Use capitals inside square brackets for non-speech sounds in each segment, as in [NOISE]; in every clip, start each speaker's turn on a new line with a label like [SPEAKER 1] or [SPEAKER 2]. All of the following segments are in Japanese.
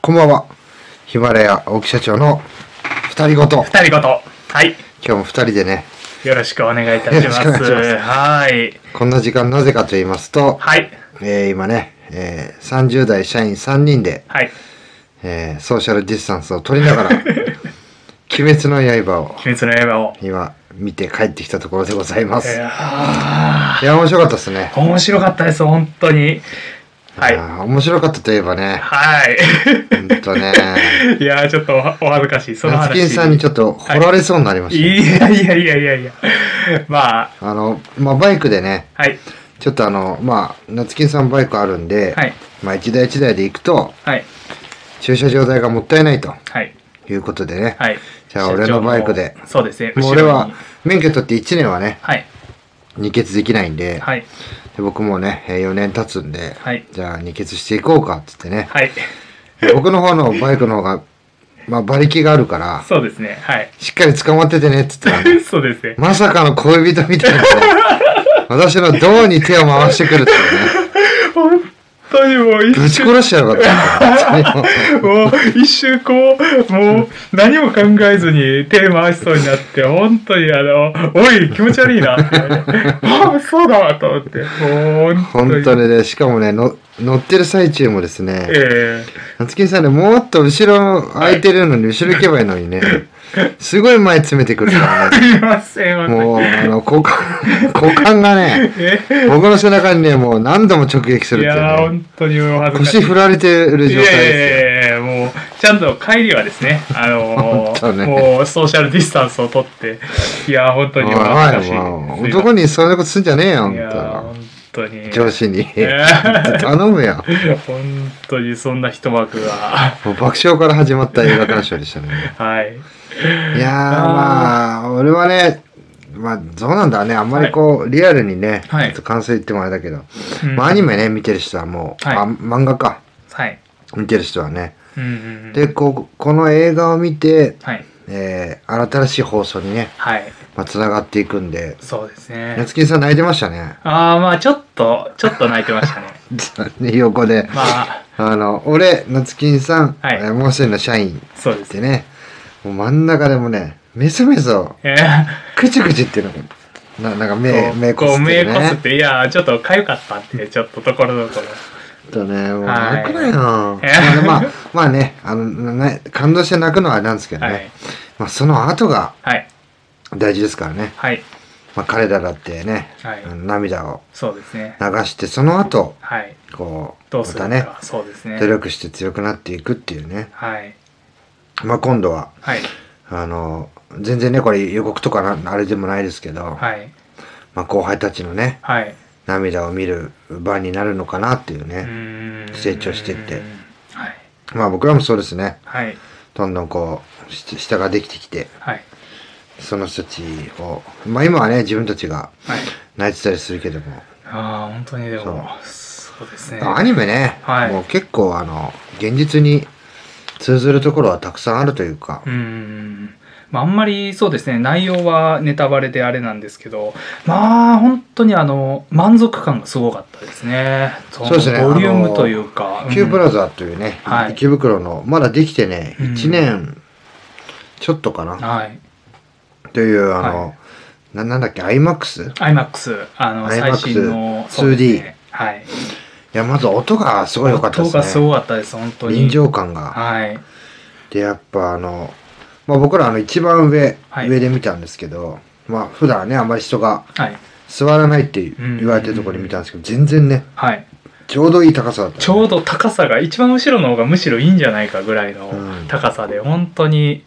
[SPEAKER 1] こんばんは。ヒマラヤ青木社長の二人ごと。
[SPEAKER 2] 二人ごと。はい。
[SPEAKER 1] 今日も二人でね、
[SPEAKER 2] よろしくお願いいたします。
[SPEAKER 1] よろしくお願いし
[SPEAKER 2] はい。
[SPEAKER 1] こんな時間なぜかと言いますと、
[SPEAKER 2] はい。
[SPEAKER 1] えー今ね、えー30代社員3人で、
[SPEAKER 2] はい。
[SPEAKER 1] えーソーシャルディスタンスを取りながら、 [LAUGHS] 鬼滅の刃を
[SPEAKER 2] 鬼滅の刃を。
[SPEAKER 1] 今見て帰ってきたところでございま
[SPEAKER 2] い
[SPEAKER 1] す。
[SPEAKER 2] やー
[SPEAKER 1] いや、面白かったですね。
[SPEAKER 2] 面白かったです、本当に。はい。
[SPEAKER 1] やー面白かったといえばね、
[SPEAKER 2] はい。
[SPEAKER 1] ほんとね、
[SPEAKER 2] [LAUGHS] いやーちょっとおお恥ずかしい。その
[SPEAKER 1] 夏金
[SPEAKER 2] 話。
[SPEAKER 1] さんにちょっと掘られそうになりま
[SPEAKER 2] い
[SPEAKER 1] した。
[SPEAKER 2] やいやいやいやいや。まあ、
[SPEAKER 1] あの、まあ、バイクでね、
[SPEAKER 2] はい。
[SPEAKER 1] ちょっとあの、まあ、夏金さんバイクあるんで、
[SPEAKER 2] はい。
[SPEAKER 1] まあ、一台一台で行くと、
[SPEAKER 2] はい。
[SPEAKER 1] 駐車場代がもったいないと
[SPEAKER 2] はい。
[SPEAKER 1] いうことでね、
[SPEAKER 2] はい。
[SPEAKER 1] じゃあ俺のバイクで。
[SPEAKER 2] そうですね。
[SPEAKER 1] もう
[SPEAKER 2] 後
[SPEAKER 1] 俺
[SPEAKER 2] ろに
[SPEAKER 1] は。免許取って1年はね、
[SPEAKER 2] はい。
[SPEAKER 1] 二欠できないんで、
[SPEAKER 2] はい。
[SPEAKER 1] で僕もね、4年経つんで、
[SPEAKER 2] はい
[SPEAKER 1] じゃあ二欠していこうかって言ってね、
[SPEAKER 2] はい。
[SPEAKER 1] 僕の方のバイクの方が、まあ、馬力があるから、
[SPEAKER 2] そうですね。はい。
[SPEAKER 1] しっかり捕まっててねって言ってたんで
[SPEAKER 2] そうですね。
[SPEAKER 1] まさかの恋人みたい
[SPEAKER 2] [LAUGHS]
[SPEAKER 1] なね、私の胴に手を回してくるっていうね、
[SPEAKER 2] 本当にもう一
[SPEAKER 1] ぶち殺してやろうかと思
[SPEAKER 2] [LAUGHS]
[SPEAKER 1] った。
[SPEAKER 2] もう一周こう、もう何も考えずに手回しそうになって、本当にあの、おい、気持ち悪いなって、ああ、そうだわと思って、もう本当
[SPEAKER 1] 本
[SPEAKER 2] に。
[SPEAKER 1] 当にね、しかもね、の乗ってる最中もですね、
[SPEAKER 2] え
[SPEAKER 1] 夏木さんね、もっと後ろ空いてるのに後ろ行けばいいのにね、すごい前詰めてくるから
[SPEAKER 2] え
[SPEAKER 1] ね、
[SPEAKER 2] すいません、本当に
[SPEAKER 1] もう、あの、股間、股間がね、
[SPEAKER 2] え
[SPEAKER 1] 僕の背中にね、もう何度も直撃する
[SPEAKER 2] い
[SPEAKER 1] っていう
[SPEAKER 2] やー、
[SPEAKER 1] ね、
[SPEAKER 2] 本当にお恥ずかしい。
[SPEAKER 1] 腰振られてる
[SPEAKER 2] い
[SPEAKER 1] 状
[SPEAKER 2] やい
[SPEAKER 1] 態
[SPEAKER 2] や
[SPEAKER 1] で
[SPEAKER 2] いやいやもう、ちゃんと帰りはですね、あの
[SPEAKER 1] 本当
[SPEAKER 2] ー
[SPEAKER 1] ね
[SPEAKER 2] もうソーシャルディスタンスをとって、いやー、本当
[SPEAKER 1] すよ。
[SPEAKER 2] に
[SPEAKER 1] お
[SPEAKER 2] お
[SPEAKER 1] い
[SPEAKER 2] 恥
[SPEAKER 1] お
[SPEAKER 2] ず
[SPEAKER 1] い
[SPEAKER 2] かしい。
[SPEAKER 1] もう
[SPEAKER 2] すいません
[SPEAKER 1] 男にそんなことすんじゃねえよ、
[SPEAKER 2] いやー
[SPEAKER 1] 本
[SPEAKER 2] 本当に。
[SPEAKER 1] 当。上司に。
[SPEAKER 2] え
[SPEAKER 1] [LAUGHS] 頼むよ。
[SPEAKER 2] 本当にそんな一幕が。
[SPEAKER 1] もう爆笑から始まった映画鑑賞でしたね。
[SPEAKER 2] はい。
[SPEAKER 1] いやー、まあ、俺はね、まあ、どうなんだろうね。あんまりこう、リアルにね、
[SPEAKER 2] はい
[SPEAKER 1] ちょっと感想言ってもあれだけど、
[SPEAKER 2] うん
[SPEAKER 1] まあ、アニメね、見てる人はもう、
[SPEAKER 2] はい
[SPEAKER 1] あ漫画か、
[SPEAKER 2] はい。
[SPEAKER 1] 見てる人はね。
[SPEAKER 2] うんうんうん
[SPEAKER 1] で、こうこの映画を見て、
[SPEAKER 2] はい。
[SPEAKER 1] えー、新しい放送にね、
[SPEAKER 2] はい。
[SPEAKER 1] まあ、繋がっていくんで、
[SPEAKER 2] そうですね。
[SPEAKER 1] 夏木さん泣いてましたね。 [LAUGHS]
[SPEAKER 2] ああ、まあちょっと、ちょっと泣いてましたね。
[SPEAKER 1] 横で。
[SPEAKER 2] まあ、
[SPEAKER 1] あの、俺、夏金さん、
[SPEAKER 2] はい
[SPEAKER 1] えーもう一人の社員
[SPEAKER 2] そうです
[SPEAKER 1] で
[SPEAKER 2] ね。
[SPEAKER 1] ね、もう真ん中でもね、メソメソ、
[SPEAKER 2] え
[SPEAKER 1] くちゅくちゅっていうのななんか
[SPEAKER 2] ー
[SPEAKER 1] 目、
[SPEAKER 2] こう
[SPEAKER 1] 目こす
[SPEAKER 2] こう
[SPEAKER 1] って
[SPEAKER 2] 目こす
[SPEAKER 1] ね。
[SPEAKER 2] って、いやー、ちょっとかゆかったって、ちょっとところどころ。
[SPEAKER 1] とね、もう
[SPEAKER 2] はい
[SPEAKER 1] 泣くなよ。まあ
[SPEAKER 2] え
[SPEAKER 1] ねまあ、まあね、あの、な感動して泣くのはあれなんですけどね。
[SPEAKER 2] はい。
[SPEAKER 1] まあ、その後が
[SPEAKER 2] はい。
[SPEAKER 1] 大事ですからね。
[SPEAKER 2] はい。
[SPEAKER 1] まあ、彼らだってね、
[SPEAKER 2] はい
[SPEAKER 1] あの涙を
[SPEAKER 2] そうですね。
[SPEAKER 1] 流して、その後、
[SPEAKER 2] はい。
[SPEAKER 1] こう、
[SPEAKER 2] どう
[SPEAKER 1] ます
[SPEAKER 2] る
[SPEAKER 1] た
[SPEAKER 2] か。
[SPEAKER 1] ね、
[SPEAKER 2] そうですね
[SPEAKER 1] 努。力して強くなっていくっていうね。
[SPEAKER 2] はい。
[SPEAKER 1] まあ、今度は、
[SPEAKER 2] はい。
[SPEAKER 1] あの、全然ね、これ予告とかなあれでもないですけど、
[SPEAKER 2] はい。
[SPEAKER 1] まあ、後輩たちのね、
[SPEAKER 2] はい。
[SPEAKER 1] 涙を見る場になるのかなっていう
[SPEAKER 2] う
[SPEAKER 1] ね。
[SPEAKER 2] ーん
[SPEAKER 1] 成長してって。
[SPEAKER 2] はい。
[SPEAKER 1] まあ、僕らもそうですね。
[SPEAKER 2] はい。
[SPEAKER 1] どんどんこう、し下ができてきて、
[SPEAKER 2] はい。
[SPEAKER 1] その人たちを、まあ今はね、自分たちが
[SPEAKER 2] はい。
[SPEAKER 1] 泣いてたりするけども、
[SPEAKER 2] ああ、本当にでも、そうですね。
[SPEAKER 1] アニメね、
[SPEAKER 2] はい
[SPEAKER 1] もう結構あの、現実に通ずるところはたくさんあるというか
[SPEAKER 2] う、ーん。まあ、あんまりそうですね、内容はネタバレであれなんですけど、まあ、本当にあの、満足感がすごかったですね。その
[SPEAKER 1] そうですね
[SPEAKER 2] ボリュームというか。
[SPEAKER 1] キューブ
[SPEAKER 2] うん
[SPEAKER 1] ラザーというね、
[SPEAKER 2] はい
[SPEAKER 1] 池袋の、まだできてね、
[SPEAKER 2] うん
[SPEAKER 1] 1年ちょっとかな、
[SPEAKER 2] はい。
[SPEAKER 1] という、あの、
[SPEAKER 2] は
[SPEAKER 1] ななんだっけ、IMAX? い
[SPEAKER 2] IMAX、あの、
[SPEAKER 1] IMAX
[SPEAKER 2] 最新の
[SPEAKER 1] 2D
[SPEAKER 2] そうですねはい。
[SPEAKER 1] や、まず音がすごい良かったで
[SPEAKER 2] 音が
[SPEAKER 1] す
[SPEAKER 2] す
[SPEAKER 1] ね。
[SPEAKER 2] ごかったです、本当に。
[SPEAKER 1] 臨場感が。
[SPEAKER 2] はい。
[SPEAKER 1] で、やっぱあの、まあ、僕らあの一番上、
[SPEAKER 2] はい
[SPEAKER 1] 上で見たんですけど、まあ普段はね、あまり人が
[SPEAKER 2] はい。
[SPEAKER 1] 座らないってい
[SPEAKER 2] うん
[SPEAKER 1] 言われてるところで見たんですけど、全然ね、
[SPEAKER 2] はい。
[SPEAKER 1] ちょうどいい高さだった、ね。
[SPEAKER 2] ちょうど高さが一番後ろの方がむしろいいんじゃないかぐらいの
[SPEAKER 1] うん
[SPEAKER 2] 高さで、本当に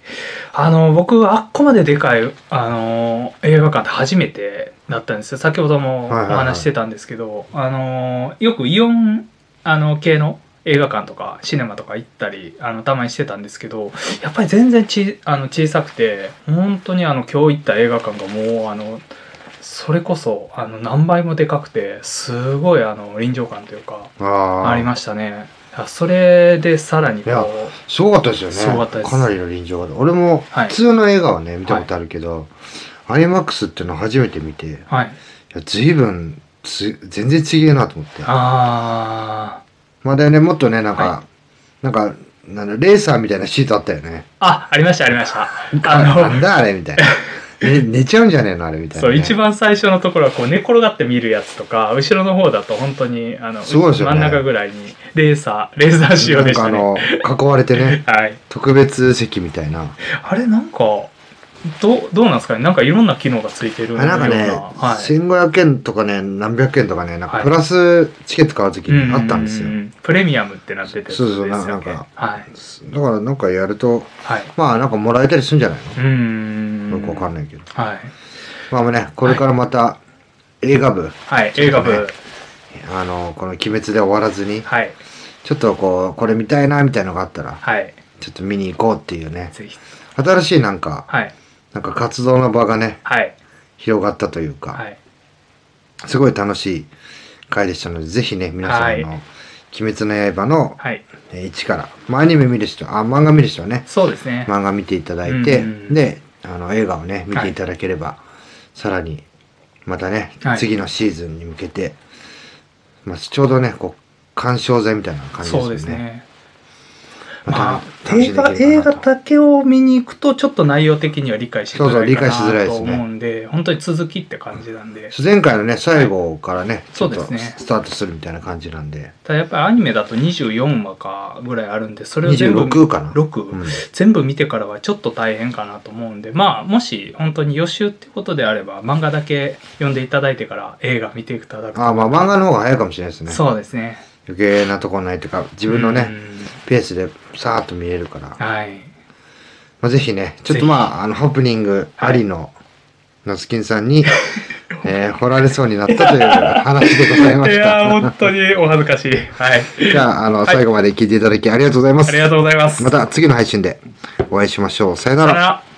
[SPEAKER 2] あの僕あっこまででかいあの映画館って初めてだったんですよ先ほどもお
[SPEAKER 1] はいはいはい
[SPEAKER 2] 話ししてたんですけど、あのよくイオンあの系の映画館とかシネマとか行ったりあのたまにしてたんですけどやっぱり全然ちあの小さくて本当にあの今日行った映画館がもうあのそれこそあの何倍もでかくてすごいあの臨場感というか。
[SPEAKER 1] あ
[SPEAKER 2] ありましたね。あそれでさらにこ
[SPEAKER 1] いや
[SPEAKER 2] う、
[SPEAKER 1] すごかったですよね。
[SPEAKER 2] すごかったです
[SPEAKER 1] かなりの臨場感で。俺も
[SPEAKER 2] はい
[SPEAKER 1] 普通の映画はね、見たことあるけど、IMAX っていうの初めて見て、い
[SPEAKER 2] はい。
[SPEAKER 1] や随分つ、全然違えなと思って。
[SPEAKER 2] あ
[SPEAKER 1] まだね、もっとね、なんか、
[SPEAKER 2] は
[SPEAKER 1] なんか、なんだレーサーみたいなシートあったよね。
[SPEAKER 2] あ、ありました、ありました。
[SPEAKER 1] な
[SPEAKER 2] あ
[SPEAKER 1] んだあれみたいな。
[SPEAKER 2] [LAUGHS]
[SPEAKER 1] ね、寝ちゃうんじゃねえのあれみたい
[SPEAKER 2] の、
[SPEAKER 1] な
[SPEAKER 2] そ
[SPEAKER 1] ね、
[SPEAKER 2] う、一番最初のところは、こう、寝転がって見るやつとか、後ろの方だと、本当に、あの、
[SPEAKER 1] すごいですよね
[SPEAKER 2] 真ん中ぐらいに、レーサー、レーザー仕様
[SPEAKER 1] なん
[SPEAKER 2] でし
[SPEAKER 1] か
[SPEAKER 2] た
[SPEAKER 1] あ
[SPEAKER 2] ね。
[SPEAKER 1] の、囲われてね、
[SPEAKER 2] はい。
[SPEAKER 1] 特別席みたいな。
[SPEAKER 2] あれ、なんか、どう、どうなんですかねなんかいろんな機能がついてるよう
[SPEAKER 1] あれなんかね、
[SPEAKER 2] はい。
[SPEAKER 1] 1500円とかね、何百円とかね、なん
[SPEAKER 2] は
[SPEAKER 1] か
[SPEAKER 2] い
[SPEAKER 1] プラスチケット買う時にあったんですよ
[SPEAKER 2] うう。うう。プレミアムってなってて、
[SPEAKER 1] そうそう
[SPEAKER 2] です
[SPEAKER 1] な
[SPEAKER 2] よ
[SPEAKER 1] ん
[SPEAKER 2] ね
[SPEAKER 1] か
[SPEAKER 2] はい。
[SPEAKER 1] だからなんかやると、
[SPEAKER 2] はい。
[SPEAKER 1] まあなんかもらえたりするんじゃないの
[SPEAKER 2] うーん。
[SPEAKER 1] よくわかんないけど。
[SPEAKER 2] はい。
[SPEAKER 1] まあね、これからまた映画部、
[SPEAKER 2] はい。
[SPEAKER 1] ちょっとね
[SPEAKER 2] 映画部。
[SPEAKER 1] あの、この鬼滅で終わらずに、
[SPEAKER 2] はい。
[SPEAKER 1] ちょっとこう、これ見たいなみたいのがあったら、
[SPEAKER 2] はい。
[SPEAKER 1] ちょっと見に行こうっていうね、
[SPEAKER 2] ぜひ。
[SPEAKER 1] 新しいなんか、
[SPEAKER 2] はい。
[SPEAKER 1] なんか活動の場がね、
[SPEAKER 2] はい。
[SPEAKER 1] 広がったというか、
[SPEAKER 2] はい。
[SPEAKER 1] すごい楽しい回でしたので、ぜひね、皆さん、
[SPEAKER 2] はい
[SPEAKER 1] あの、鬼滅の刃の
[SPEAKER 2] はい。
[SPEAKER 1] えー一から、まあアニメ見る人、あ、漫画見る人はね、
[SPEAKER 2] そうですね。
[SPEAKER 1] 漫画見ていただいて、
[SPEAKER 2] うんうんうん
[SPEAKER 1] で、あの、映画をね、見ていただければ、さらに、またね、
[SPEAKER 2] はい
[SPEAKER 1] 次のシーズンに向けて、まあ、ちょうどね、こう、鑑賞剤みたいな感じです
[SPEAKER 2] そ
[SPEAKER 1] よ
[SPEAKER 2] う
[SPEAKER 1] ね。
[SPEAKER 2] ですね。
[SPEAKER 1] また楽しん
[SPEAKER 2] まあ、映
[SPEAKER 1] でい
[SPEAKER 2] 画、
[SPEAKER 1] けれ
[SPEAKER 2] 映
[SPEAKER 1] ば
[SPEAKER 2] 画
[SPEAKER 1] なと
[SPEAKER 2] だけを見に行くと、ちょっと内容的には理解しづ
[SPEAKER 1] そうそう
[SPEAKER 2] らい
[SPEAKER 1] 理
[SPEAKER 2] か
[SPEAKER 1] 解しづらいで
[SPEAKER 2] なと
[SPEAKER 1] すね
[SPEAKER 2] 思うんで、本当に続きって感じなんで。
[SPEAKER 1] 前回のね、最後からね、ちょっと
[SPEAKER 2] そうですね
[SPEAKER 1] スタートするみたいな感じなんで、
[SPEAKER 2] ただやっぱりアニメだと24話かぐらいあるんで、それを全部。
[SPEAKER 1] 26かな。
[SPEAKER 2] 6、
[SPEAKER 1] うん
[SPEAKER 2] 全部見てからはちょっと大変かなと思うんで、まあ、もし本当に予習ってことであれば、漫画だけ読んでいただいてから映画見ていただくと
[SPEAKER 1] ああ、まあ漫画の方が早いかもしれないですね。
[SPEAKER 2] そうですね。
[SPEAKER 1] 余計なとこないというか、自分のね、ペースでさーっと見れるから、
[SPEAKER 2] うん。はい。
[SPEAKER 1] まあ、ぜひね、ちょっ
[SPEAKER 2] ぜ
[SPEAKER 1] と
[SPEAKER 2] ひ
[SPEAKER 1] まあ、あの、ハプニングありの、ナスキンさんに、 [LAUGHS] えー、掘られそうになったという話でございま
[SPEAKER 2] い
[SPEAKER 1] し
[SPEAKER 2] やー、
[SPEAKER 1] た。
[SPEAKER 2] 本当にお恥ずかしい。はい。
[SPEAKER 1] じゃあ、あの、
[SPEAKER 2] い
[SPEAKER 1] 最後まで聞いていただきありがとうございます。
[SPEAKER 2] ありがとうございます。
[SPEAKER 1] また次の配信でお会いしましょう。さよな
[SPEAKER 2] さよ
[SPEAKER 1] ら
[SPEAKER 2] な。ら。